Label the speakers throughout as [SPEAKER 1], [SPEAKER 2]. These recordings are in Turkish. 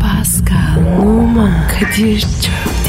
[SPEAKER 1] Pascal, Oman, Kadir çok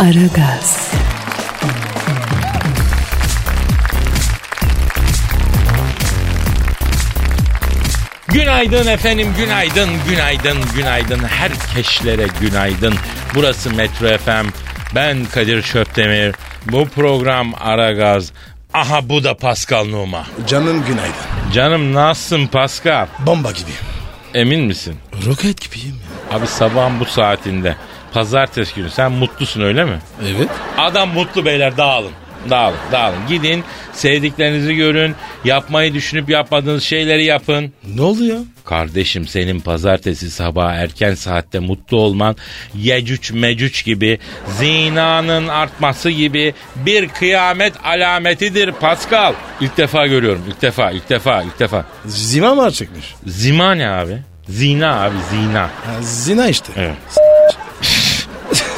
[SPEAKER 1] Aragaz,
[SPEAKER 2] Günaydın efendim, günaydın, günaydın, günaydın. Herkeşlere günaydın. Burası Metro FM. Ben Kadir Şöpdemir. Bu program Aragaz. Aha bu da Pascal Numa.
[SPEAKER 3] Canın günaydın.
[SPEAKER 2] Canım nasılsın Pascal?
[SPEAKER 3] Bomba gibi.
[SPEAKER 2] Emin misin?
[SPEAKER 3] Roket gibiyim ya.
[SPEAKER 2] Abi sabahın bu saatinde. Pazartesi günü sen mutlusun öyle mi?
[SPEAKER 3] Evet.
[SPEAKER 2] Adam mutlu beyler dağılın. Dağılın, dağılın. Gidin, sevdiklerinizi görün. Yapmayı düşünüp yapmadığınız şeyleri yapın.
[SPEAKER 3] Ne oldu ya?
[SPEAKER 2] Kardeşim senin pazartesi sabahı erken saatte mutlu olman yecüc mecüc gibi zinanın artması gibi bir kıyamet alametidir Pascal. İlk defa görüyorum ilk defa ilk defa ilk defa.
[SPEAKER 3] Zima mı çıkmış?
[SPEAKER 2] Zima ne abi? Zina abi zina.
[SPEAKER 3] Ha, zina işte.
[SPEAKER 2] Evet.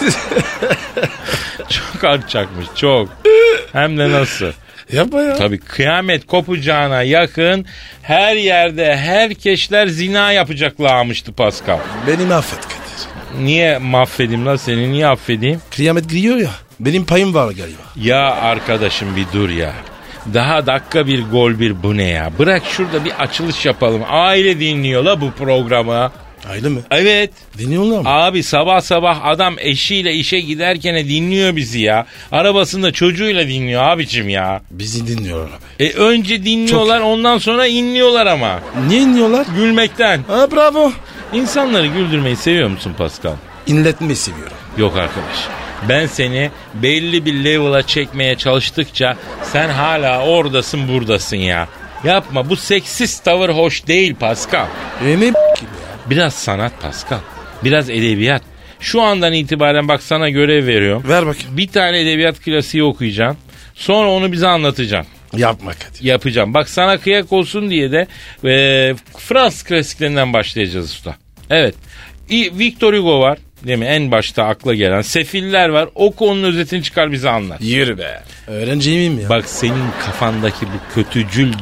[SPEAKER 2] Çok artacakmış çok. Hem de nasıl?
[SPEAKER 3] Yapma ya.
[SPEAKER 2] Tabii kıyamet kopacağına yakın her yerde herkeşler zina yapacaklarmıştı Pascal.
[SPEAKER 3] Beni affet Kadir.
[SPEAKER 2] Niye mahvedeyim lan seni niye affedeyim?
[SPEAKER 3] Kıyamet giriyor ya. Benim payım var galiba.
[SPEAKER 2] Ya arkadaşım bir dur ya. Daha dakika bir gol bir bu ne ya? Bırak şurada bir açılış yapalım. Aile dinliyor la bu programı.
[SPEAKER 3] Aile mi?
[SPEAKER 2] Evet.
[SPEAKER 3] Dinliyorlar mı?
[SPEAKER 2] Abi sabah sabah adam eşiyle işe giderken dinliyor bizi ya. Arabasında çocuğuyla dinliyor abicim ya.
[SPEAKER 3] Bizi dinliyorlar abi.
[SPEAKER 2] E önce dinliyorlar ondan sonra inliyorlar ama.
[SPEAKER 3] Niye dinliyorlar?
[SPEAKER 2] Gülmekten.
[SPEAKER 3] Ha bravo.
[SPEAKER 2] İnsanları güldürmeyi seviyor musun Pascal?
[SPEAKER 3] İnletmeyi seviyorum.
[SPEAKER 2] Yok arkadaş. Ben seni belli bir level'a çekmeye çalıştıkça sen hala oradasın buradasın ya. Yapma bu seksist tavır hoş değil Pascal.
[SPEAKER 3] E ne b- gibi ya?
[SPEAKER 2] Biraz sanat Pascal. Biraz edebiyat. Şu andan itibaren bak sana görev veriyorum.
[SPEAKER 3] Ver bakayım.
[SPEAKER 2] Bir tane edebiyat klasiği okuyacaksın. Sonra onu bize anlatacaksın.
[SPEAKER 3] Yapma Kadir.
[SPEAKER 2] Yapacağım. Bak sana kıyak olsun diye de e, Fransız klasiklerinden başlayacağız usta. Evet. İ- Victor Hugo var. Değil mi? En başta akla gelen. Sefiller var. Oku onun özetini çıkar bize anlat.
[SPEAKER 3] Yürü be. Öğrenci miyim ya?
[SPEAKER 2] Bak senin kafandaki bu kötücül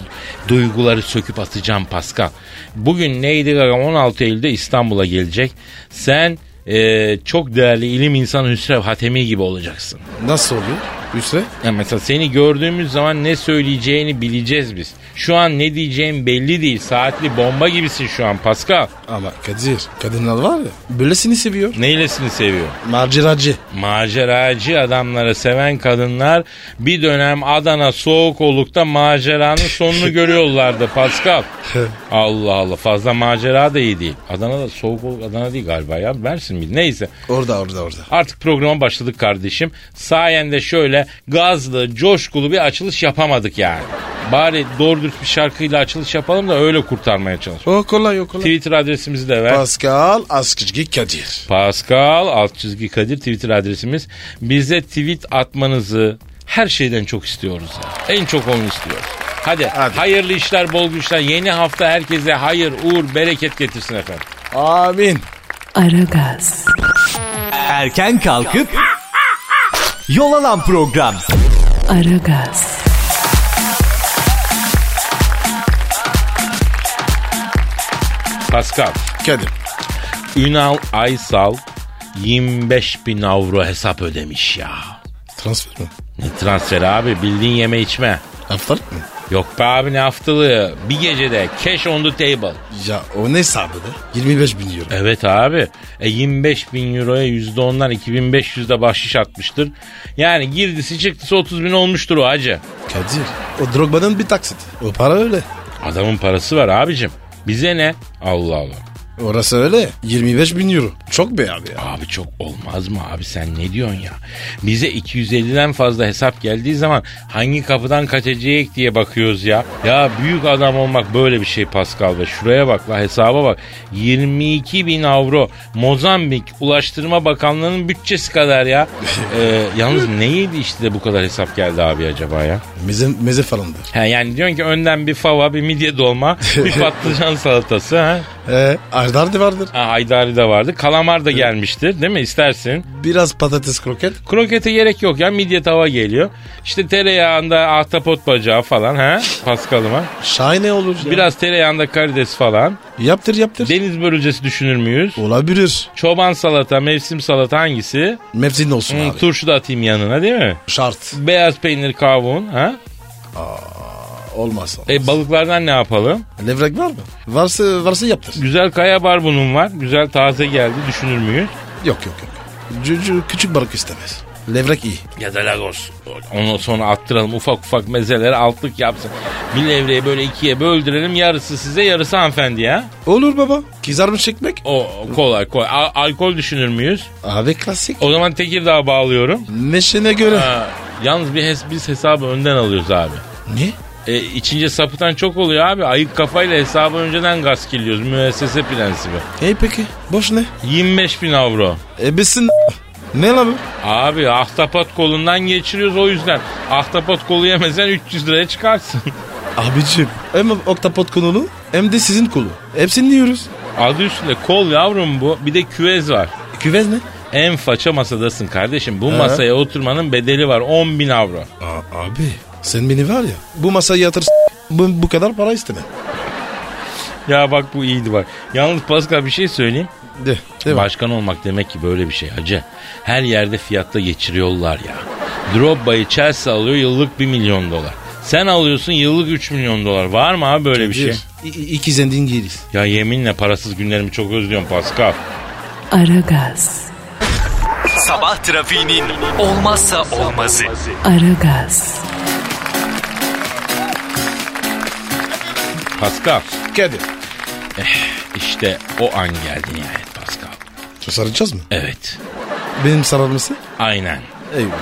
[SPEAKER 2] duyguları söküp atacağım Pascal. Bugün neydi Gaga 16 Eylül'de İstanbul'a gelecek. Sen e, çok değerli ilim insanı Hüsrev Hatemi gibi olacaksın.
[SPEAKER 3] Nasıl oluyor? Üsre?
[SPEAKER 2] Ya mesela seni gördüğümüz zaman ne söyleyeceğini bileceğiz biz. Şu an ne diyeceğin belli değil. Saatli bomba gibisin şu an Pascal.
[SPEAKER 3] Ama Kadir kadınlar var ya böylesini seviyor.
[SPEAKER 2] Neylesini seviyor?
[SPEAKER 3] Maceracı.
[SPEAKER 2] Maceracı adamları seven kadınlar bir dönem Adana soğuk olukta maceranın sonunu görüyorlardı Pascal. Allah Allah fazla macera da iyi değil. Adana'da soğuk oluk Adana değil galiba ya Mersin mi? Neyse
[SPEAKER 3] Orada orada orada.
[SPEAKER 2] artık programa başladık kardeşim. Sayende şöyle gazlı coşkulu bir açılış yapamadık yani. Bari doğru dürüst bir şarkıyla açılış yapalım da öyle kurtarmaya çalışalım.
[SPEAKER 3] O kolay o kolay.
[SPEAKER 2] Twitter adresimizi de ver.
[SPEAKER 3] Pascal Askizgi Kadir.
[SPEAKER 2] Pascal alt çizgi Kadir Twitter adresimiz. Bize tweet atmanızı her şeyden çok istiyoruz. ya. En çok onu istiyoruz. Hadi,
[SPEAKER 3] Hadi.
[SPEAKER 2] hayırlı işler, bol güçler. Yeni hafta herkese hayır, uğur, bereket getirsin efendim.
[SPEAKER 3] Amin.
[SPEAKER 1] Aragaz,
[SPEAKER 4] Erken kalkıp yol alan program.
[SPEAKER 1] Aragaz,
[SPEAKER 2] Pascal,
[SPEAKER 3] Kadir.
[SPEAKER 2] Ünal Aysal 25 bin avro hesap ödemiş ya.
[SPEAKER 3] Transfer mi?
[SPEAKER 2] Ne transferi abi bildiğin yeme içme.
[SPEAKER 3] Haftalık mı?
[SPEAKER 2] Yok be abi ne haftalığı. Bir gecede cash on the table.
[SPEAKER 3] Ya o ne hesabı be? 25 bin euro.
[SPEAKER 2] Evet abi. E 25 bin euroya %10'dan 2500'de bahşiş atmıştır. Yani girdisi çıktısı 30 bin olmuştur o hacı.
[SPEAKER 3] Kadir. O Drogba'nın bir taksit. O para öyle.
[SPEAKER 2] Adamın parası var abicim. Bize ne? Allah Allah.
[SPEAKER 3] Orası öyle. 25 bin euro. Çok be abi ya.
[SPEAKER 2] Abi çok olmaz mı abi sen ne diyorsun ya? Bize 250'den fazla hesap geldiği zaman hangi kapıdan kaçacak diye bakıyoruz ya. Ya büyük adam olmak böyle bir şey Pascal be. Şuraya bak la hesaba bak. 22 bin avro Mozambik Ulaştırma Bakanlığı'nın bütçesi kadar ya. Ee, yalnız ne yedi işte de bu kadar hesap geldi abi acaba ya?
[SPEAKER 3] Meze, meze falandır.
[SPEAKER 2] He, yani diyorsun ki önden bir fava, bir midye dolma, bir patlıcan salatası. Ha?
[SPEAKER 3] Ee, Ardar da vardır.
[SPEAKER 2] Ha, haydari de vardı. Kalamar da gelmiştir değil mi? İstersin.
[SPEAKER 3] Biraz patates kroket.
[SPEAKER 2] Krokete gerek yok ya midye tava geliyor. İşte tereyağında ahtapot bacağı falan ha Paskal'ıma.
[SPEAKER 3] Şahane olur. ya.
[SPEAKER 2] Biraz tereyağında karides falan.
[SPEAKER 3] Yaptır yaptır.
[SPEAKER 2] Deniz börülcesi düşünür müyüz?
[SPEAKER 3] Olabilir.
[SPEAKER 2] Çoban salata, mevsim salata hangisi?
[SPEAKER 3] Mevsim olsun
[SPEAKER 2] Hmm,
[SPEAKER 3] abi.
[SPEAKER 2] turşu da atayım yanına değil mi?
[SPEAKER 3] Şart.
[SPEAKER 2] Beyaz peynir kavun ha?
[SPEAKER 3] Olmazsa.
[SPEAKER 2] E balıklardan ne yapalım?
[SPEAKER 3] Levrek var mı? Varsa varsa yaptır.
[SPEAKER 2] Güzel kaya barbunum var. Güzel taze geldi düşünür müyüz?
[SPEAKER 3] Yok yok yok. Cücü küçük balık istemez. Levrek iyi.
[SPEAKER 2] Ya da lagos. Onu sonra attıralım ufak ufak mezeleri altlık yapsın. Bir levreyi böyle ikiye böldürelim yarısı size yarısı hanımefendiye. ha?
[SPEAKER 3] Olur baba. Kızarmış ekmek.
[SPEAKER 2] O kolay kolay. A- alkol düşünür müyüz?
[SPEAKER 3] Abi klasik.
[SPEAKER 2] O zaman Tekirdağ'a bağlıyorum.
[SPEAKER 3] Meşine göre.
[SPEAKER 2] Ha, yalnız bir hes- biz hesabı önden alıyoruz abi.
[SPEAKER 3] Ne?
[SPEAKER 2] E, içince sapıtan çok oluyor abi. Ayık kafayla hesabı önceden gaskiliyoruz. Müessese prensibi.
[SPEAKER 3] E peki. Boş ne?
[SPEAKER 2] 25 bin avro.
[SPEAKER 3] Ebesin Ne lan bu?
[SPEAKER 2] Abi ahtapot kolundan geçiriyoruz o yüzden. Ahtapot kolu yemesen 300 liraya çıkarsın.
[SPEAKER 3] Abicim hem oktapot konulu hem de sizin kolu. Hepsini yiyoruz.
[SPEAKER 2] Adı üstünde kol yavrum bu. Bir de küvez var.
[SPEAKER 3] Küvez ne?
[SPEAKER 2] En faça masadasın kardeşim. Bu masaya oturmanın bedeli var. 10 bin avro.
[SPEAKER 3] Aa, abi sen beni var ya bu masaya yatır bu, bu kadar para istemem.
[SPEAKER 2] Ya bak bu iyiydi bak. Yalnız Pascal bir şey söyleyeyim.
[SPEAKER 3] De, de bak.
[SPEAKER 2] Başkan olmak demek ki böyle bir şey hacı. Her yerde fiyatta geçiriyorlar ya. Drogba'yı Chelsea alıyor yıllık 1 milyon dolar. Sen alıyorsun yıllık 3 milyon dolar. Var mı abi böyle bir şey?
[SPEAKER 3] iki zengin giyiriz.
[SPEAKER 2] Ya yeminle parasız günlerimi çok özlüyorum Pascal.
[SPEAKER 1] Aragaz.
[SPEAKER 4] Sabah trafiğinin olmazsa olmazı.
[SPEAKER 1] Aragaz.
[SPEAKER 2] Pascal
[SPEAKER 3] Kadir.
[SPEAKER 2] işte o an geldi nihayet Pascal.
[SPEAKER 3] Saracağız mı?
[SPEAKER 2] Evet
[SPEAKER 3] Benim sarılması?
[SPEAKER 2] aynen.
[SPEAKER 3] Eyvah.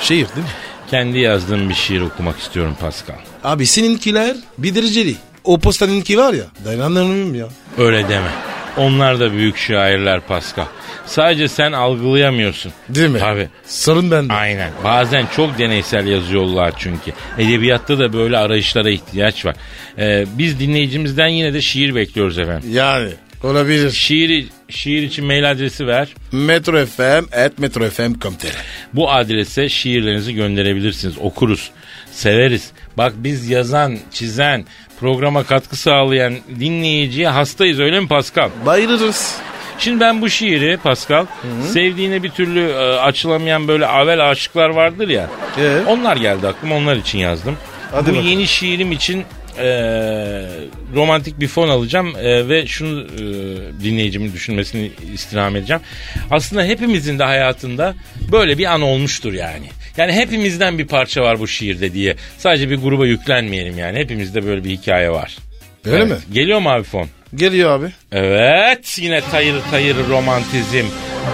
[SPEAKER 3] Şehir değil mi?
[SPEAKER 2] Kendi yazdığım bir şiir okumak istiyorum Pascal.
[SPEAKER 3] Abi seninkiler bir dereceli. O postaninki var ya dayanamıyorum ya.
[SPEAKER 2] Öyle deme. Onlar da büyük şairler Pascal. Sadece sen algılayamıyorsun.
[SPEAKER 3] Değil mi?
[SPEAKER 2] Tabii.
[SPEAKER 3] Sorun bende.
[SPEAKER 2] Aynen. Bazen çok deneysel yazıyorlar çünkü. Edebiyatta da böyle arayışlara ihtiyaç var. Ee, biz dinleyicimizden yine de şiir bekliyoruz efendim.
[SPEAKER 3] Yani olabilir.
[SPEAKER 2] Şiir, şiir için mail adresi ver.
[SPEAKER 3] Metro FM et Metro FM komter.
[SPEAKER 2] Bu adrese şiirlerinizi gönderebilirsiniz. Okuruz. Severiz. Bak biz yazan, çizen, programa katkı sağlayan dinleyiciye hastayız öyle mi Pascal?
[SPEAKER 3] Bayılırız.
[SPEAKER 2] Şimdi ben bu şiiri Pascal sevdiğine bir türlü e, açılamayan böyle avel aşıklar vardır ya.
[SPEAKER 3] Ee?
[SPEAKER 2] Onlar geldi aklıma onlar için yazdım.
[SPEAKER 3] Hadi
[SPEAKER 2] bu
[SPEAKER 3] bakalım.
[SPEAKER 2] yeni şiirim için e, romantik bir fon alacağım e, ve şunu e, dinleyicimin düşünmesini istirham edeceğim. Aslında hepimizin de hayatında böyle bir an olmuştur yani. Yani hepimizden bir parça var bu şiirde diye. Sadece bir gruba yüklenmeyelim yani. Hepimizde böyle bir hikaye var.
[SPEAKER 3] Öyle
[SPEAKER 2] Evet.
[SPEAKER 3] mi?
[SPEAKER 2] Geliyor mu abi fon?
[SPEAKER 3] Geliyor abi.
[SPEAKER 2] Evet yine tayır tayır romantizm.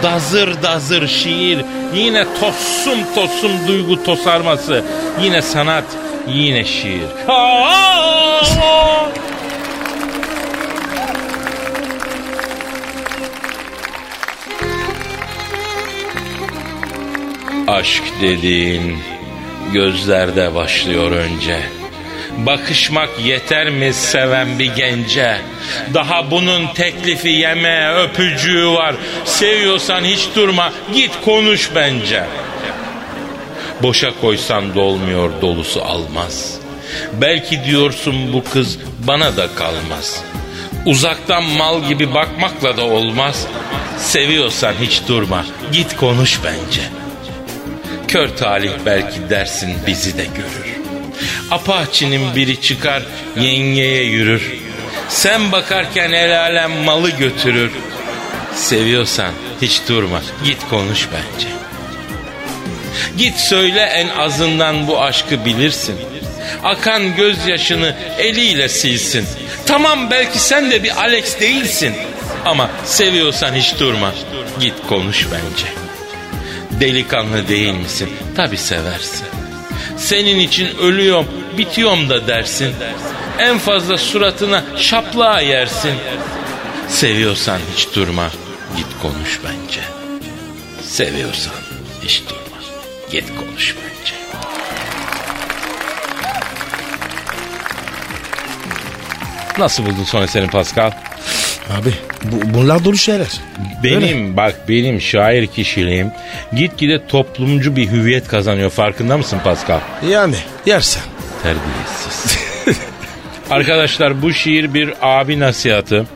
[SPEAKER 2] Dazır dazır şiir. Yine tossum tossum duygu tosarması. Yine sanat. Yine şiir. Aa! Aşk dediğin gözlerde başlıyor önce. Bakışmak yeter mi seven bir gence? Daha bunun teklifi yeme öpücüğü var. Seviyorsan hiç durma git konuş bence. Boşa koysan dolmuyor dolusu almaz. Belki diyorsun bu kız bana da kalmaz. Uzaktan mal gibi bakmakla da olmaz. Seviyorsan hiç durma git konuş bence. Kör talih belki dersin bizi de görür. Apaçinin biri çıkar yengeye yürür. Sen bakarken el alem malı götürür. Seviyorsan hiç durma git konuş bence. Git söyle en azından bu aşkı bilirsin. Akan gözyaşını eliyle silsin. Tamam belki sen de bir Alex değilsin. Ama seviyorsan hiç durma. Git konuş bence. Delikanlı değil misin? Tabi seversin. Senin için ölüyorum, bitiyorum da dersin. En fazla suratına şaplığa yersin. Seviyorsan hiç durma. Git konuş bence. Seviyorsan hiç durma. Git konuş bence. Nasıl buldun son eserin Pascal?
[SPEAKER 3] Abi bu, bunlar dolu şeyler.
[SPEAKER 2] Benim
[SPEAKER 3] Öyle.
[SPEAKER 2] bak benim şair kişiliğim gitgide toplumcu bir hüviyet kazanıyor farkında mısın Pascal?
[SPEAKER 3] Yani yersen.
[SPEAKER 2] Terbiyesiz. Arkadaşlar bu şiir bir abi nasihatı.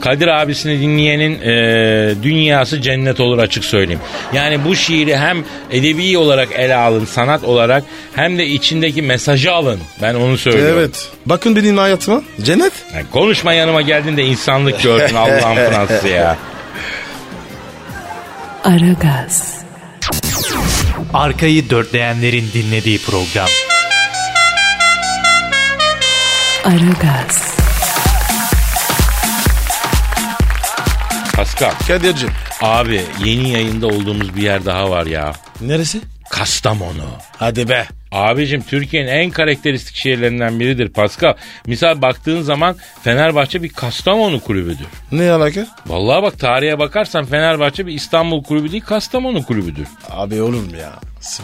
[SPEAKER 2] Kadir abisini dinleyenin e, dünyası cennet olur açık söyleyeyim. Yani bu şiiri hem edebi olarak ele alın, sanat olarak hem de içindeki mesajı alın. Ben onu söylüyorum.
[SPEAKER 3] Evet. Bakın benim hayatıma. Cennet.
[SPEAKER 2] Yani konuşma yanıma geldin de insanlık gördün Allah'ın Fransız ya.
[SPEAKER 1] Aragaz,
[SPEAKER 4] Arkayı dörtleyenlerin dinlediği program.
[SPEAKER 1] Aragaz,
[SPEAKER 2] Pascal
[SPEAKER 3] Kadir'cim.
[SPEAKER 2] abi yeni yayında olduğumuz bir yer daha var ya.
[SPEAKER 3] Neresi?
[SPEAKER 2] Kastamonu.
[SPEAKER 3] Hadi be.
[SPEAKER 2] Abicim Türkiye'nin en karakteristik şehirlerinden biridir Pascal. Misal baktığın zaman Fenerbahçe bir Kastamonu kulübüdür.
[SPEAKER 3] Ne alaka?
[SPEAKER 2] Vallahi bak tarihe bakarsan Fenerbahçe bir İstanbul kulübü değil Kastamonu kulübüdür.
[SPEAKER 3] Abi oğlum ya.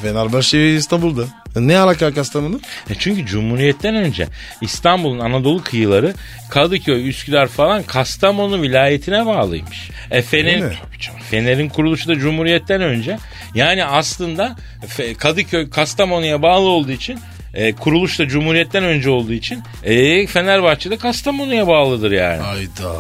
[SPEAKER 3] Fenerbahçe İstanbul'da. Ne alaka Kastamonu?
[SPEAKER 2] E çünkü Cumhuriyet'ten önce İstanbul'un Anadolu kıyıları Kadıköy, Üsküdar falan Kastamonu vilayetine bağlıymış. E Fener'in,
[SPEAKER 3] mi?
[SPEAKER 2] Tabii canım, Fener'in kuruluşu da Cumhuriyet'ten önce. Yani aslında Fe- Kadıköy Kastamonu'ya bağlı olduğu için e, kuruluş da Cumhuriyet'ten önce olduğu için e, Fenerbahçe de Kastamonu'ya bağlıdır yani.
[SPEAKER 3] Hayda.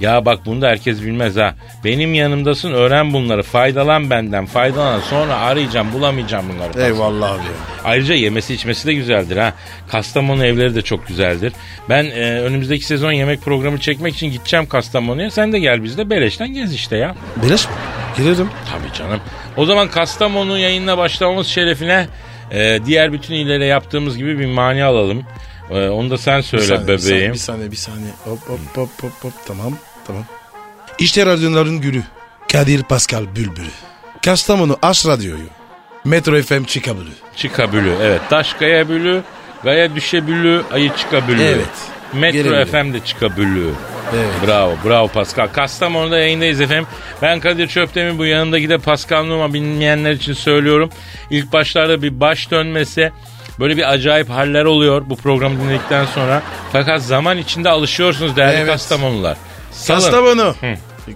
[SPEAKER 2] Ya bak bunu da herkes bilmez ha. Benim yanımdasın öğren bunları. Faydalan benden faydalan. Sonra arayacağım bulamayacağım bunları.
[SPEAKER 3] Eyvallah abi.
[SPEAKER 2] Ayrıca yemesi içmesi de güzeldir ha. Kastamonu evleri de çok güzeldir. Ben e, önümüzdeki sezon yemek programı çekmek için gideceğim Kastamonu'ya. Sen de gel bizde beleşten gez işte ya.
[SPEAKER 3] Beleş mi? Girerim.
[SPEAKER 2] Tabii canım. O zaman Kastamonu yayınına başlamamız şerefine e, diğer bütün illere yaptığımız gibi bir mani alalım. E, onu da sen söyle bebeğim. Hmm.
[SPEAKER 3] Bir saniye, bir saniye. Hop hop hop hop hop. Tamam, tamam. İşte radyoların gülü. Kadir Pascal Bülbülü. Kastamonu Aş Radyo'yu. Metro FM Çikabülü.
[SPEAKER 2] Çıkabülü. Evet. Taş kayabülü. Gaya düşebülü. Ayı çıkabülü.
[SPEAKER 3] Evet.
[SPEAKER 2] Metro
[SPEAKER 3] Gelebilir.
[SPEAKER 2] FM de çıkabülü.
[SPEAKER 3] Evet.
[SPEAKER 2] Bravo, bravo Pascal. Kastamonu'da yayındayız efendim. Ben Kadir Çöptemir bu yanındaki de Pascal Numa bilmeyenler için söylüyorum. İlk başlarda bir baş dönmesi, böyle bir acayip haller oluyor bu programı dinledikten sonra. Fakat zaman içinde alışıyorsunuz değerli
[SPEAKER 3] Evet.
[SPEAKER 2] Kastamonular. Salın.
[SPEAKER 3] Kastamonu.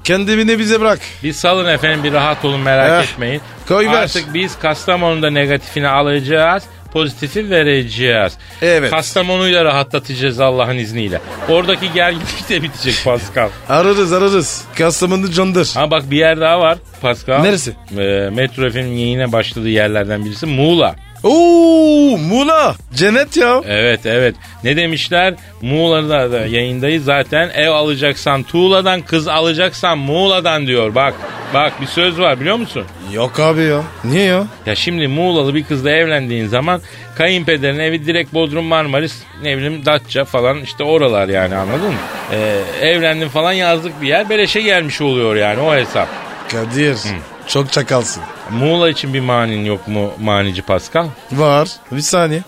[SPEAKER 3] Kendini bize bırak.
[SPEAKER 2] Bir salın efendim bir rahat olun merak
[SPEAKER 3] Eh,
[SPEAKER 2] etmeyin.
[SPEAKER 3] koy ver.
[SPEAKER 2] Artık biz Kastamonu'da negatifini alacağız. Pozitifi vereceğiz.
[SPEAKER 3] Evet.
[SPEAKER 2] Kastamonu'yu da rahatlatacağız Allah'ın izniyle. Oradaki gerginlik de bitecek Pascal.
[SPEAKER 3] Ararız ararız. Kastamonu candır.
[SPEAKER 2] Ha bak bir yer daha var Pascal.
[SPEAKER 3] Neresi?
[SPEAKER 2] Ee, Metro FM'in yayına başladığı yerlerden birisi Muğla.
[SPEAKER 3] Oo, Mula. Cennet ya.
[SPEAKER 2] Evet evet. Ne demişler? Muğla'da da yayındayız zaten. Ev alacaksan Tuğla'dan, kız alacaksan Muğla'dan diyor. Bak bak bir söz var biliyor musun?
[SPEAKER 3] Yok abi ya. Niye ya?
[SPEAKER 2] Ya şimdi Muğla'lı bir kızla evlendiğin zaman kayınpederin evi direkt Bodrum Marmaris ne bileyim Datça falan işte oralar yani anladın mı? Ee, evlendin falan yazlık bir yer beleşe gelmiş oluyor yani o hesap.
[SPEAKER 3] Kadir. Çok çakalsın.
[SPEAKER 2] Muğla için bir manin yok mu manici Pascal?
[SPEAKER 3] Var. Bir saniye.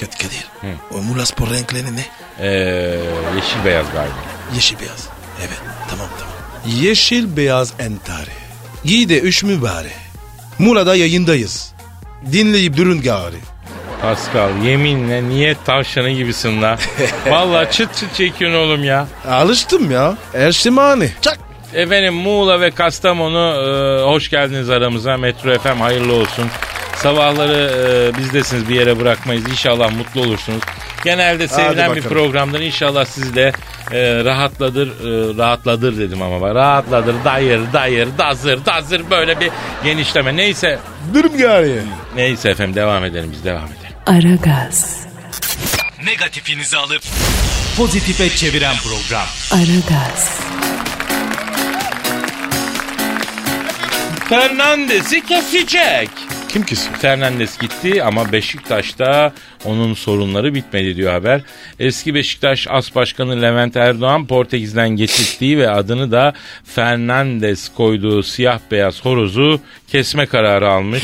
[SPEAKER 3] Kat Kadir. O Mula spor renkleri ne?
[SPEAKER 2] Ee, yeşil beyaz galiba.
[SPEAKER 3] Yeşil beyaz. Evet tamam tamam. Yeşil beyaz entari. Giy de üç mübare. Muğla'da yayındayız. Dinleyip durun gari.
[SPEAKER 2] Pascal yeminle niye tavşanı gibisin la? Valla çıt çıt çekiyorsun oğlum ya.
[SPEAKER 3] Alıştım ya. Erşimani. Çak.
[SPEAKER 2] Efendim Muğla ve Kastamonu e, hoş geldiniz aramıza. Metro FM hayırlı olsun. Sabahları e, bizdesiniz bir yere bırakmayız. İnşallah mutlu olursunuz. Genelde sevilen bir
[SPEAKER 3] bakalım.
[SPEAKER 2] programdır. İnşallah sizi de e, rahatladır, e, rahatladır dedim ama bak. Rahatladır, dayır, dayır, dazır, dazır böyle bir genişleme. Neyse,
[SPEAKER 3] Durun gari.
[SPEAKER 2] neyse efendim devam edelim biz devam edelim.
[SPEAKER 1] Aragaz,
[SPEAKER 4] Negatifinizi alıp pozitife çeviren program.
[SPEAKER 1] Aragaz,
[SPEAKER 2] Fernandes'i kesecek.
[SPEAKER 3] Kim kesiyor?
[SPEAKER 2] Fernandes gitti ama Beşiktaş'ta Onun sorunları bitmedi diyor haber. Eski Beşiktaş As Başkanı Levent Erdoğan Portekiz'den getirttiği ve adını da Fernandes koyduğu siyah beyaz horozu kesme kararı almış.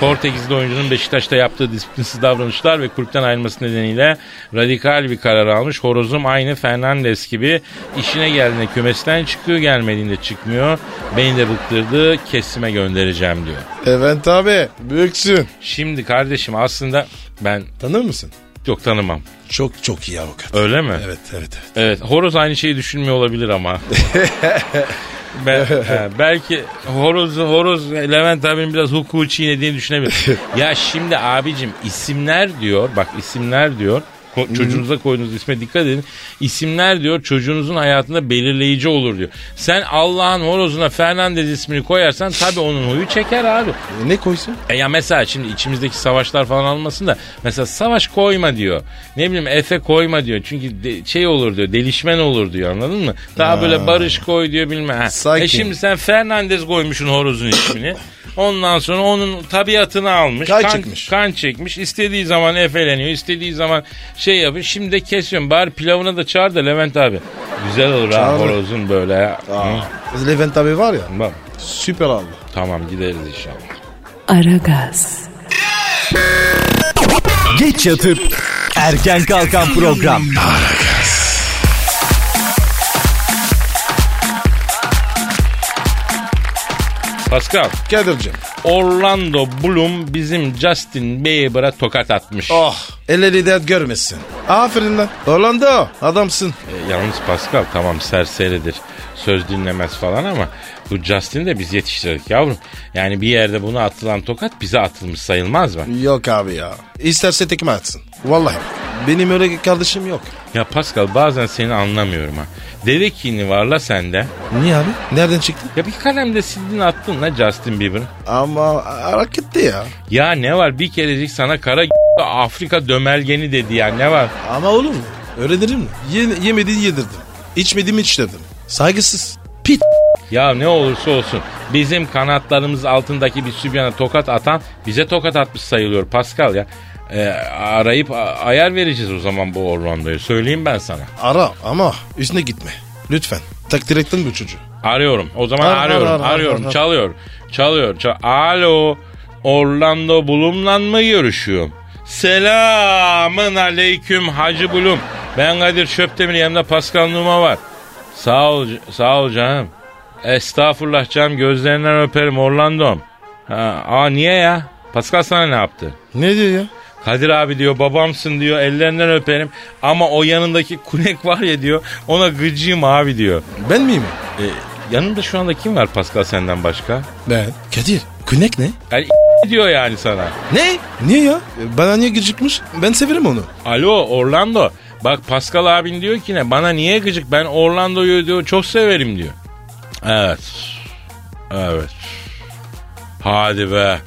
[SPEAKER 2] Portekizli oyuncunun Beşiktaş'ta yaptığı disiplinsiz davranışlar ve kulüpten ayrılması nedeniyle radikal bir karar almış. Horozum aynı Fernandes gibi işine geldiğinde kümesten çıkıyor gelmediğinde çıkmıyor. Beni de bıktırdı kesime göndereceğim diyor.
[SPEAKER 3] Evet abi büyüksün.
[SPEAKER 2] Şimdi kardeşim aslında ben
[SPEAKER 3] Tanır mısın?
[SPEAKER 2] yok tanımam.
[SPEAKER 3] Çok çok iyi avukat.
[SPEAKER 2] Öyle mi?
[SPEAKER 3] Evet evet evet.
[SPEAKER 2] Evet horoz aynı şeyi düşünmüyor olabilir ama. Be- he, belki horoz horoz Levent abinin biraz hukuku çiğnediğini düşünebilir. ya şimdi abicim isimler diyor bak isimler diyor Ko- çocuğunuza koyduğunuz isme dikkat edin. İsimler diyor çocuğunuzun hayatında belirleyici olur diyor. Sen Allah'ın horozuna Fernandez ismini koyarsan tabii onun huyu çeker abi.
[SPEAKER 3] E, ne koysun?
[SPEAKER 2] E ya mesela şimdi içimizdeki savaşlar falan almasın da mesela savaş koyma diyor. Ne bileyim Efe koyma diyor. Çünkü de- şey olur diyor. Delişmen olur diyor. Anladın mı? Daha böyle barış koy diyor bilmem. Ha.
[SPEAKER 3] Sakin.
[SPEAKER 2] E şimdi sen Fernandez koymuşsun horozun ismini. Ondan sonra onun tabiatını almış.
[SPEAKER 3] Kan çekmiş.
[SPEAKER 2] Kan çekmiş. İstediği zaman efeleniyor. istediği zaman şey yapıyor. Şimdi de kesiyorum. Bari pilavına da çağır da Levent abi. Güzel olur ha
[SPEAKER 3] Çağırırım.
[SPEAKER 2] horozun böyle ya. Hı.
[SPEAKER 3] Levent abi var ya
[SPEAKER 2] Bak,
[SPEAKER 3] süper aldı.
[SPEAKER 2] Tamam gideriz inşallah.
[SPEAKER 1] Aragaz,
[SPEAKER 4] Geç yatıp erken kalkan program.
[SPEAKER 2] Pascal.
[SPEAKER 3] Kadir'cim.
[SPEAKER 2] Orlando Bloom bizim Justin Bieber'a tokat atmış.
[SPEAKER 3] Oh. Elleri dert görmesin. Aferin lan. Orlando adamsın.
[SPEAKER 2] E, yalnız Pascal tamam serseridir. Söz dinlemez falan ama bu Justin'i de biz yetiştirdik yavrum. Yani bir yerde buna atılan tokat bize atılmış sayılmaz mı?
[SPEAKER 3] Yok abi ya. İsterse tekme atsın. Vallahi. Benim öyle kardeşim yok.
[SPEAKER 2] Ya Pascal bazen seni anlamıyorum ha. Deve kini varla sende.
[SPEAKER 3] Niye abi? Nereden çıktı?
[SPEAKER 2] Ya bir kalemde sildin attın la Justin Bieber'ın.
[SPEAKER 3] Ama hareketti ya.
[SPEAKER 2] Ya ne var bir kerecik sana kara Afrika dömelgeni dedi ya ne var?
[SPEAKER 3] Ama olur mu? Öğrenirim mi? Ye- yemediği yedirdim. İçmediğimi içtirdim. Saygısız. Pit.
[SPEAKER 2] Ya ne olursa olsun bizim kanatlarımız altındaki bir sübyana tokat atan bize tokat atmış sayılıyor Pascal ya. Ee, arayıp a- ayar vereceğiz o zaman bu Orlando'yu söyleyeyim ben sana.
[SPEAKER 3] Ara ama üstüne gitme. Lütfen. Takdir ettin bu çocuğu.
[SPEAKER 2] Arıyorum o zaman
[SPEAKER 3] Ar- ar-
[SPEAKER 2] arıyorum
[SPEAKER 3] ar- ar-
[SPEAKER 2] arıyorum
[SPEAKER 3] ar- ar-
[SPEAKER 2] çalıyor çalıyor çal- Alo Orlando Bulum'la mı görüşüyorum? Selamın aleyküm Hacı Bulum. Ben Kadir Şöptemir yanımda Pascal Numa var. Sağ ol, sağ ol canım. Estağfurullah canım gözlerinden öperim Orlando'm. Ha, aa niye ya? Pascal sana ne yaptı?
[SPEAKER 3] Ne diyor ya?
[SPEAKER 2] Kadir abi diyor babamsın diyor ellerinden öperim ama o yanındaki kunek var ya diyor ona gıcığım abi diyor.
[SPEAKER 3] Ben miyim?
[SPEAKER 2] E, yanında şu anda kim var Pascal senden başka?
[SPEAKER 3] Ben. Kadir. Künek ne?
[SPEAKER 2] Yani diyor yani sana.
[SPEAKER 3] Ne? Niye ya? Bana niye gıcıkmış? Ben severim onu.
[SPEAKER 2] Alo Orlando. Bak Pascal abin diyor ki ne bana niye gıcık ben Orlando'yu diyor çok severim diyor. Evet. Evet. Hadi be.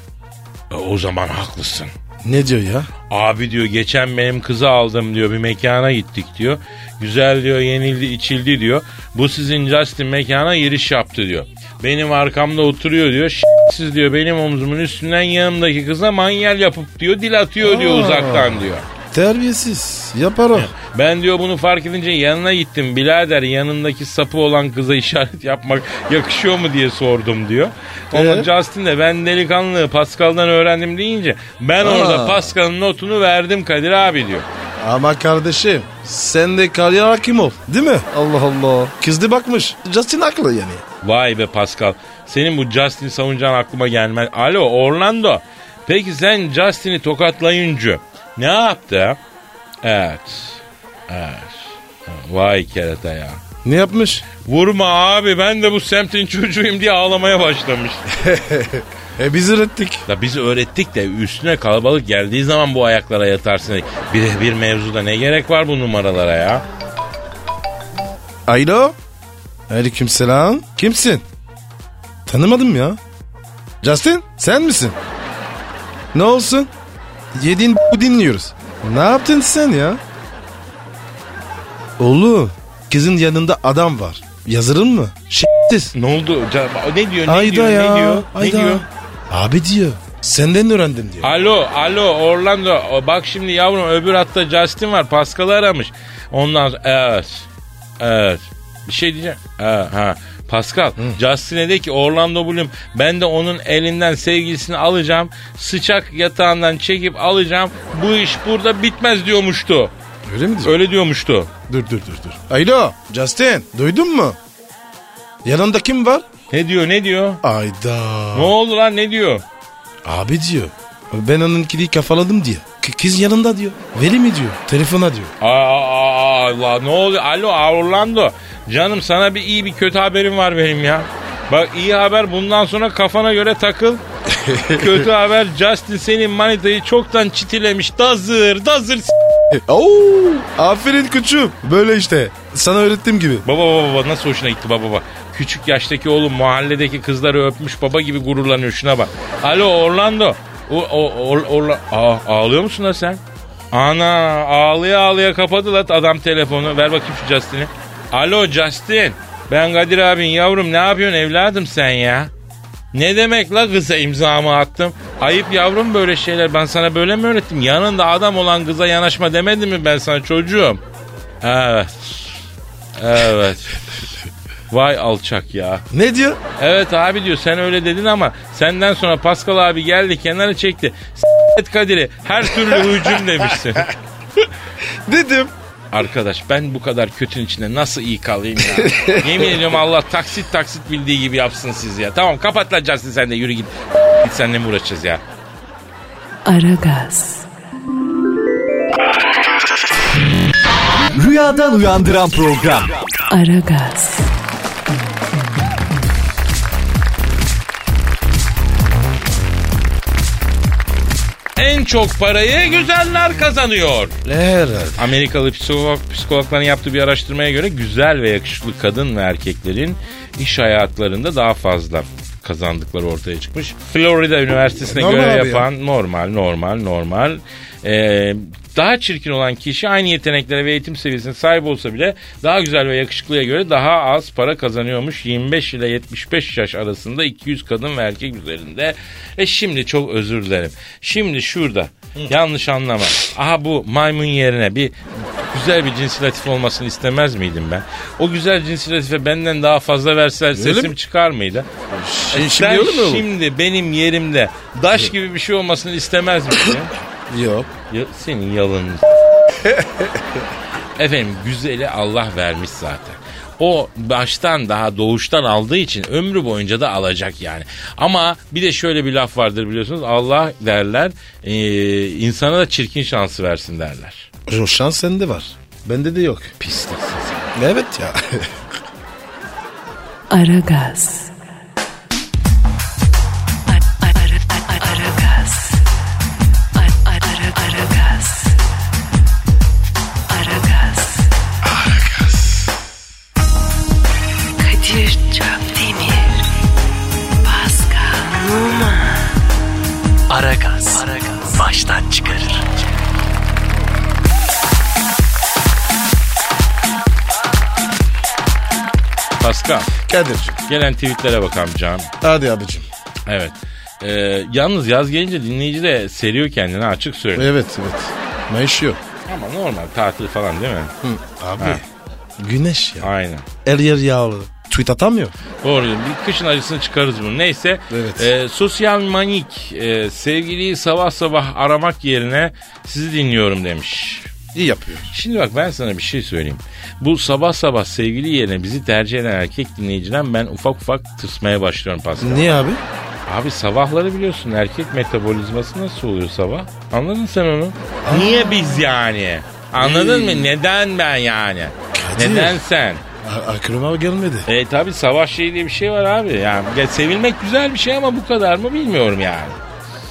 [SPEAKER 2] E, o zaman haklısın.
[SPEAKER 3] Ne diyor ya?
[SPEAKER 2] Abi diyor geçen benim kızı aldım diyor bir mekana gittik diyor. Güzel diyor yenildi içildi diyor. Bu sizin Justin mekana giriş yaptı diyor. Benim arkamda oturuyor diyor. Siz diyor benim omzumun üstünden yanımdaki kıza manyel yapıp diyor dil atıyor diyor
[SPEAKER 3] Aa.
[SPEAKER 2] uzaktan diyor.
[SPEAKER 3] Terbiyesiz. Yapar o.
[SPEAKER 2] Ben diyor bunu fark edince yanına gittim. Birader yanındaki sapı olan kıza işaret yapmak yakışıyor mu diye sordum diyor. Ama
[SPEAKER 3] Ee?
[SPEAKER 2] Justin de ben delikanlı Pascal'dan öğrendim deyince ben
[SPEAKER 3] Aa.
[SPEAKER 2] orada Pascal'ın notunu verdim Kadir abi diyor.
[SPEAKER 3] Ama kardeşim sen de kariyer hakim ol. Değil mi? Allah Allah. Kızdı bakmış. Justin haklı yani.
[SPEAKER 2] Vay be Pascal. Senin bu Justin savuncan aklıma gelmez. Alo Orlando. Peki sen Justin'i tokatlayınca ne yaptı? Evet. Evet. Vay kerata ya.
[SPEAKER 3] Ne yapmış?
[SPEAKER 2] Vurma abi ben de bu semtin çocuğuyum diye ağlamaya başlamış.
[SPEAKER 3] E biz ürettik.
[SPEAKER 2] Ya biz öğrettik de üstüne kalabalık geldiği zaman bu ayaklara yatarsın. Bir, bir mevzuda ne gerek var bu numaralara ya?
[SPEAKER 3] Alo. Aleyküm selam. Kimsin? Tanımadım ya. Justin sen misin? Ne olsun? Yediğin bu dinliyoruz. Ne yaptın sen ya? Oğlum kızın yanında adam var. Yazırın mı? Şitsiz.
[SPEAKER 2] Ne oldu? Ca- Ne diyor? Ne
[SPEAKER 3] Ayda
[SPEAKER 2] diyor?
[SPEAKER 3] ya.
[SPEAKER 2] Ne diyor? Ne
[SPEAKER 3] Ayda.
[SPEAKER 2] diyor?
[SPEAKER 3] Abi diyor. Senden öğrendim diyor.
[SPEAKER 2] Alo, alo Orlando. O, Bak şimdi yavrum öbür hatta Justin var. Pascal'ı aramış. Ondan sonra evet. Evet. Bir şey diyeceğim. Ha, ha. Pascal, Justin'e de ki Orlando Bloom ben de onun elinden sevgilisini alacağım. Sıçak yatağından çekip alacağım. Bu iş burada bitmez diyormuştu.
[SPEAKER 3] Öyle mi diyor?
[SPEAKER 2] Öyle diyormuştu.
[SPEAKER 3] Dur dur dur dur. Alo Justin duydun mu? Yanında kim var?
[SPEAKER 2] Ne diyor ne diyor?
[SPEAKER 3] Ayda.
[SPEAKER 2] Ne oldu lan ne diyor?
[SPEAKER 3] Abi diyor. Ben onunkini kafaladım diyor. K- kız yanında diyor. Veli mi diyor? Telefona diyor.
[SPEAKER 2] Aa, aa, Allah ne oluyor? Alo aa, Orlando. Canım sana bir iyi bir kötü haberim var benim ya. Bak iyi haber bundan sonra kafana göre takıl. kötü haber Justin senin manitayı çoktan çitilemiş. Dazır dazır. s-
[SPEAKER 3] Oo, aferin küçüm. Böyle işte. Sana öğrettiğim gibi.
[SPEAKER 2] Baba baba baba nasıl hoşuna gitti baba baba. Küçük yaştaki oğlum mahalledeki kızları öpmüş baba gibi gururlanıyor şuna bak. Alo Orlando. O, o, o, Orla- Aa, ağlıyor musun lan sen? Ana ağlaya ağlaya kapadı lan adam telefonu. Ver bakayım şu Justin'i. Alo Justin. Ben Kadir abin yavrum ne yapıyorsun evladım sen ya? Ne demek la kıza imzamı attım? Ayıp yavrum böyle şeyler. Ben sana böyle mi öğrettim? Yanında adam olan kıza yanaşma demedim mi ben sana çocuğum? Evet. Evet. Vay alçak ya.
[SPEAKER 3] Ne diyor?
[SPEAKER 2] Evet abi diyor sen öyle dedin ama senden sonra Pascal abi geldi kenara çekti. S**t Kadir'i her türlü hücum demişsin.
[SPEAKER 3] Dedim.
[SPEAKER 2] Arkadaş ben bu kadar kötünün içinde nasıl iyi kalayım ya? Yemin ediyorum Allah taksit taksit bildiği gibi yapsın siz ya. Tamam kapat lan Justin sen de yürü git. Git seninle mi uğraşacağız ya?
[SPEAKER 1] Aragaz,
[SPEAKER 4] Rüyadan uyandıran program.
[SPEAKER 1] Aragaz,
[SPEAKER 2] En çok parayı güzeller kazanıyor.
[SPEAKER 3] Herhalde.
[SPEAKER 2] Amerikalı psikolog, psikologların yaptığı bir araştırmaya göre güzel ve yakışıklı kadın ve erkeklerin iş hayatlarında daha fazla kazandıkları ortaya çıkmış. Florida Üniversitesi'ne
[SPEAKER 3] Normal
[SPEAKER 2] göre
[SPEAKER 3] abi
[SPEAKER 2] yapan normal normal normal. Ee, daha çirkin olan kişi aynı yeteneklere ve eğitim seviyesine sahip olsa bile daha güzel ve yakışıklıya göre daha az para kazanıyormuş. 25 ile 75 yaş arasında 200 kadın ve erkek üzerinde. E şimdi çok özür dilerim. Şimdi şurada yanlış anlama. Aha bu maymun yerine bir güzel bir cinsilatif olmasını istemez miydim ben? O güzel cinsilatife benden daha fazla verseler sesim
[SPEAKER 3] mi?
[SPEAKER 2] çıkar mıydı?
[SPEAKER 3] Şimdi,
[SPEAKER 2] Sen
[SPEAKER 3] şimdi olur mu? oğlum?
[SPEAKER 2] E, şimdi benim yerimde daş gibi bir şey olmasını istemez miydin?
[SPEAKER 3] Yok.
[SPEAKER 2] Ya senin yalanın. Efendim güzeli Allah vermiş zaten. O baştan daha doğuştan aldığı için ömrü boyunca da alacak yani. Ama bir de şöyle bir laf vardır biliyorsunuz. Allah derler eee, insana da çirkin şansı versin derler.
[SPEAKER 3] O şans sende var. Bende de yok.
[SPEAKER 2] Pisliksin sen.
[SPEAKER 3] Evet ya.
[SPEAKER 1] Aragaz. Ar- ar- ar- ar- Aragaz. Ar- ar- ar- Aragaz. Aragaz. Kadir Çöptemir. Pascal Numa.
[SPEAKER 4] Aragaz. Baştan çıkarır.
[SPEAKER 2] Pascal
[SPEAKER 3] Kadir'cim.
[SPEAKER 2] gelen tweetlere bak amcam.
[SPEAKER 3] Hadi abicim.
[SPEAKER 2] Evet. Eee, yalnız yaz gelince dinleyici de seriyor kendini açık söylüyor.
[SPEAKER 3] Evet evet. Mayış yok.
[SPEAKER 2] Ama normal tatil falan değil mi?
[SPEAKER 3] Abi.
[SPEAKER 2] Ha.
[SPEAKER 3] Güneş ya.
[SPEAKER 2] Aynen.
[SPEAKER 3] Her yer yağlı. Tweet atamıyor.
[SPEAKER 2] Doğru. diyorsun. Bir kışın acısını çıkarız bunu. Neyse.
[SPEAKER 3] Evet.
[SPEAKER 2] e, sosyal manik e, sevgiliyi sabah sabah aramak yerine sizi dinliyorum demiş.
[SPEAKER 3] İyi yapıyor.
[SPEAKER 2] Şimdi bak ben sana bir şey söyleyeyim. Bu sabah sabah sevgili yerine bizi tercih eden erkek dinleyiciden ben ufak ufak tırsmaya başlıyorum Pascal.
[SPEAKER 3] Niye abi?
[SPEAKER 2] Abi sabahları biliyorsun erkek metabolizması nasıl oluyor sabah? Anladın sen onu? Niye biz yani? Anladın mı? Neden ben yani?
[SPEAKER 3] Kadir.
[SPEAKER 2] Neden sen?
[SPEAKER 3] A- aklıma gelmedi.
[SPEAKER 2] E tabi savaş şeyi diye bir şey var abi. Yani ya sevilmek güzel bir şey ama bu kadar mı bilmiyorum yani.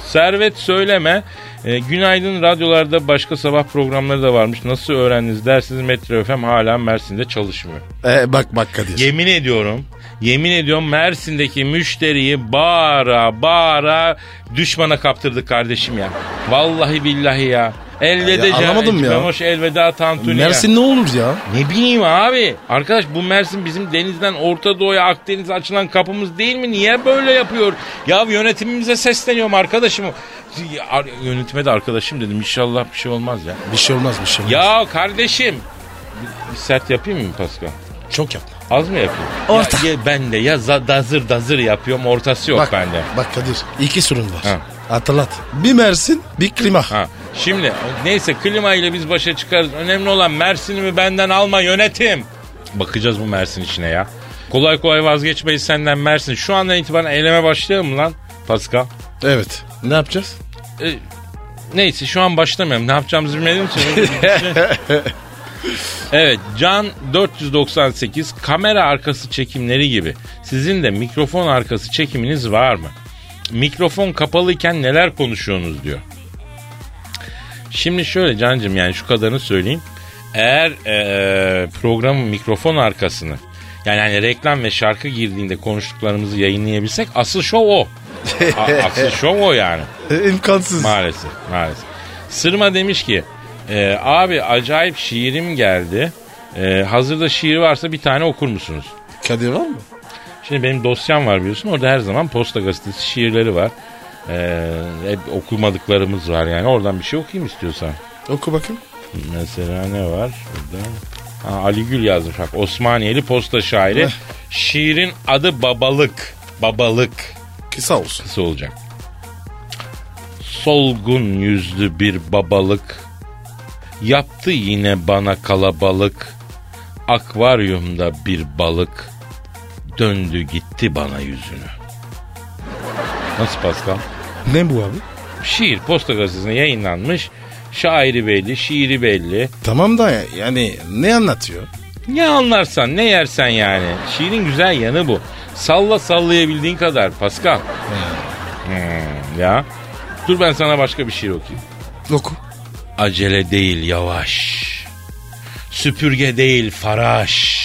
[SPEAKER 2] Servet söyleme. E, günaydın radyolarda başka sabah programları da varmış. Nasıl öğrendiniz dersiniz Metro FM hala Mersin'de çalışmıyor.
[SPEAKER 3] E, bak bak Kadir.
[SPEAKER 2] Yemin ediyorum. Yemin ediyorum Mersin'deki müşteriyi bağıra bağıra düşmana kaptırdık kardeşim ya. Vallahi billahi ya. Elveda
[SPEAKER 3] Ya, anlamadım ya.
[SPEAKER 2] Camış, elveda tantuni.
[SPEAKER 3] Mersin ne olur ya?
[SPEAKER 2] Ne bileyim abi. Arkadaş bu Mersin bizim denizden Orta Doğu'ya Akdeniz'e açılan kapımız değil mi? Niye böyle yapıyor? Ya yönetimimize sesleniyorum arkadaşım. Ya, ar- Yönetime de arkadaşım dedim. İnşallah bir şey olmaz ya.
[SPEAKER 3] Bir şey olmaz bir şey olmaz.
[SPEAKER 2] Ya kardeşim. Bir, bir sert yapayım mı Pascal?
[SPEAKER 3] Çok yapma.
[SPEAKER 2] Az mı yapayım?
[SPEAKER 4] Orta.
[SPEAKER 2] Ya, ya ben de ya za- dazır dazır yapıyorum ortası yok
[SPEAKER 3] bak,
[SPEAKER 2] bende.
[SPEAKER 3] Bak Kadir iki sorun var.
[SPEAKER 2] Ha.
[SPEAKER 3] Hatırlat. Bir Mersin bir klima.
[SPEAKER 2] Ha. Şimdi neyse klima ile biz başa çıkarız. Önemli olan Mersin'imi benden alma yönetim. Bakacağız bu Mersin işine ya. Kolay kolay vazgeçmeyiz senden Mersin. Şu andan itibaren eyleme başlayalım mı lan Pascal?
[SPEAKER 3] Evet. Ne yapacağız?
[SPEAKER 2] E, neyse şu an başlamıyorum. Ne yapacağımızı bilmediğim için. evet Can 498 kamera arkası çekimleri gibi sizin de mikrofon arkası çekiminiz var mı? Mikrofon kapalıyken neler konuşuyorsunuz diyor. Şimdi şöyle Can'cığım yani şu kadarını söyleyeyim. Eğer eee, programın mikrofon arkasını yani hani reklam ve şarkı girdiğinde konuştuklarımızı yayınlayabilsek asıl şov o. A- asıl şov o yani.
[SPEAKER 3] E, imkansız.
[SPEAKER 2] Maalesef maalesef. Sırma demiş ki e, abi acayip şiirim geldi. E, hazırda şiir varsa bir tane okur musunuz?
[SPEAKER 3] Kadir var mı?
[SPEAKER 2] Şimdi benim dosyam var biliyorsun orada her zaman posta gazetesi şiirleri var. E, hep okumadıklarımız var yani oradan bir şey okuyayım istiyorsan.
[SPEAKER 3] Oku bakayım.
[SPEAKER 2] Mesela ne var burada? Ha, Ali Gül yazmış bak Osmaniyeli posta şairi. Şiirin adı babalık. Babalık
[SPEAKER 3] Kısa olsun.
[SPEAKER 2] kısa olacak. Solgun yüzlü bir babalık yaptı yine bana kalabalık. Akvaryumda bir balık döndü gitti bana yüzünü. Nasıl Pascal?
[SPEAKER 3] Ne bu abi?
[SPEAKER 2] Şiir Posta Gazetesi'nde yayınlanmış. Şairi belli, şiiri belli.
[SPEAKER 3] Tamam da yani ne anlatıyor?
[SPEAKER 2] Ne anlarsan, ne yersen yani. Şiirin güzel yanı bu. Salla sallayabildiğin kadar Pascal. Hmm, ya. Dur ben sana başka bir şiir okuyayım.
[SPEAKER 3] Oku.
[SPEAKER 2] Acele değil yavaş. Süpürge değil faraş.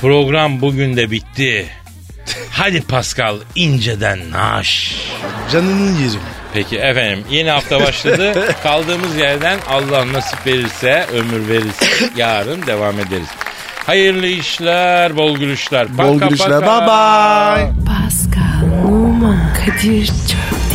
[SPEAKER 2] Program bugün de bitti. Hadi Pascal inceden naş.
[SPEAKER 3] Canının yerim.
[SPEAKER 2] Peki efendim yeni hafta başladı. Kaldığımız yerden Allah nasip verirse, ömür verirse yarın devam ederiz. Hayırlı işler, bol gülüşler.
[SPEAKER 3] Bol gülüşler. Bye bye.
[SPEAKER 1] Pascal, Oman, Kadir çok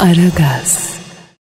[SPEAKER 1] Aragaz.